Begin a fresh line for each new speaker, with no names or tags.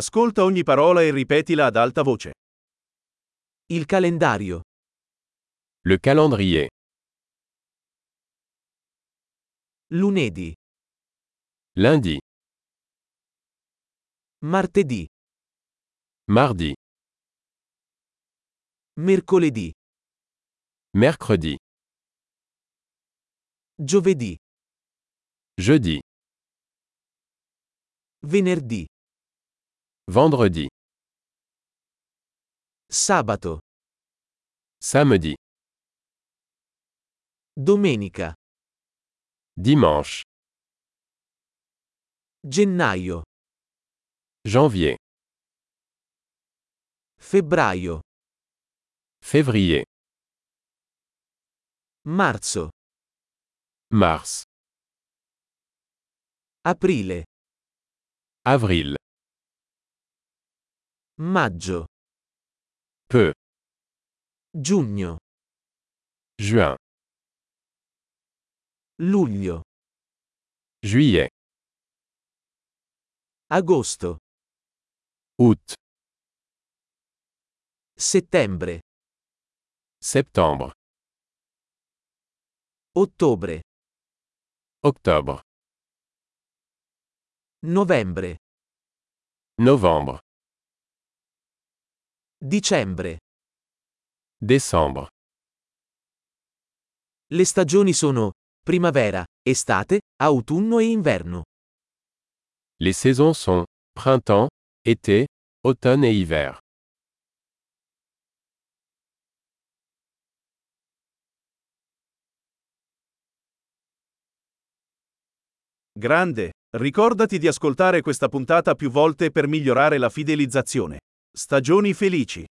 Ascolta ogni parola e ripetila ad alta voce.
Il calendario.
Le calendrier.
Lunedì.
Lundi,
Martedì.
mardi,
Mercoledì.
mercredi,
Giovedì.
jeudi,
Venerdì.
vendredi,
Sabato.
samedi,
Domenica.
dimanche,
Gennaio.
janvier,
Febbraio.
février,
Marzo.
mars,
Aprile.
avril,
Maggio.
peu,
Giugno.
juin,
Luglio.
juillet,
Agosto.
août,
Settembre.
septembre,
Ottobre.
octobre,
Novembre.
novembre,
Dicembre.
décembre.
Le stagioni sono primavera, estate, autunno e inverno.
Les saisons sont printemps, été, automne et hiver.
Grande, ricordati di ascoltare questa puntata più volte per migliorare la fidelizzazione. Stagioni felici.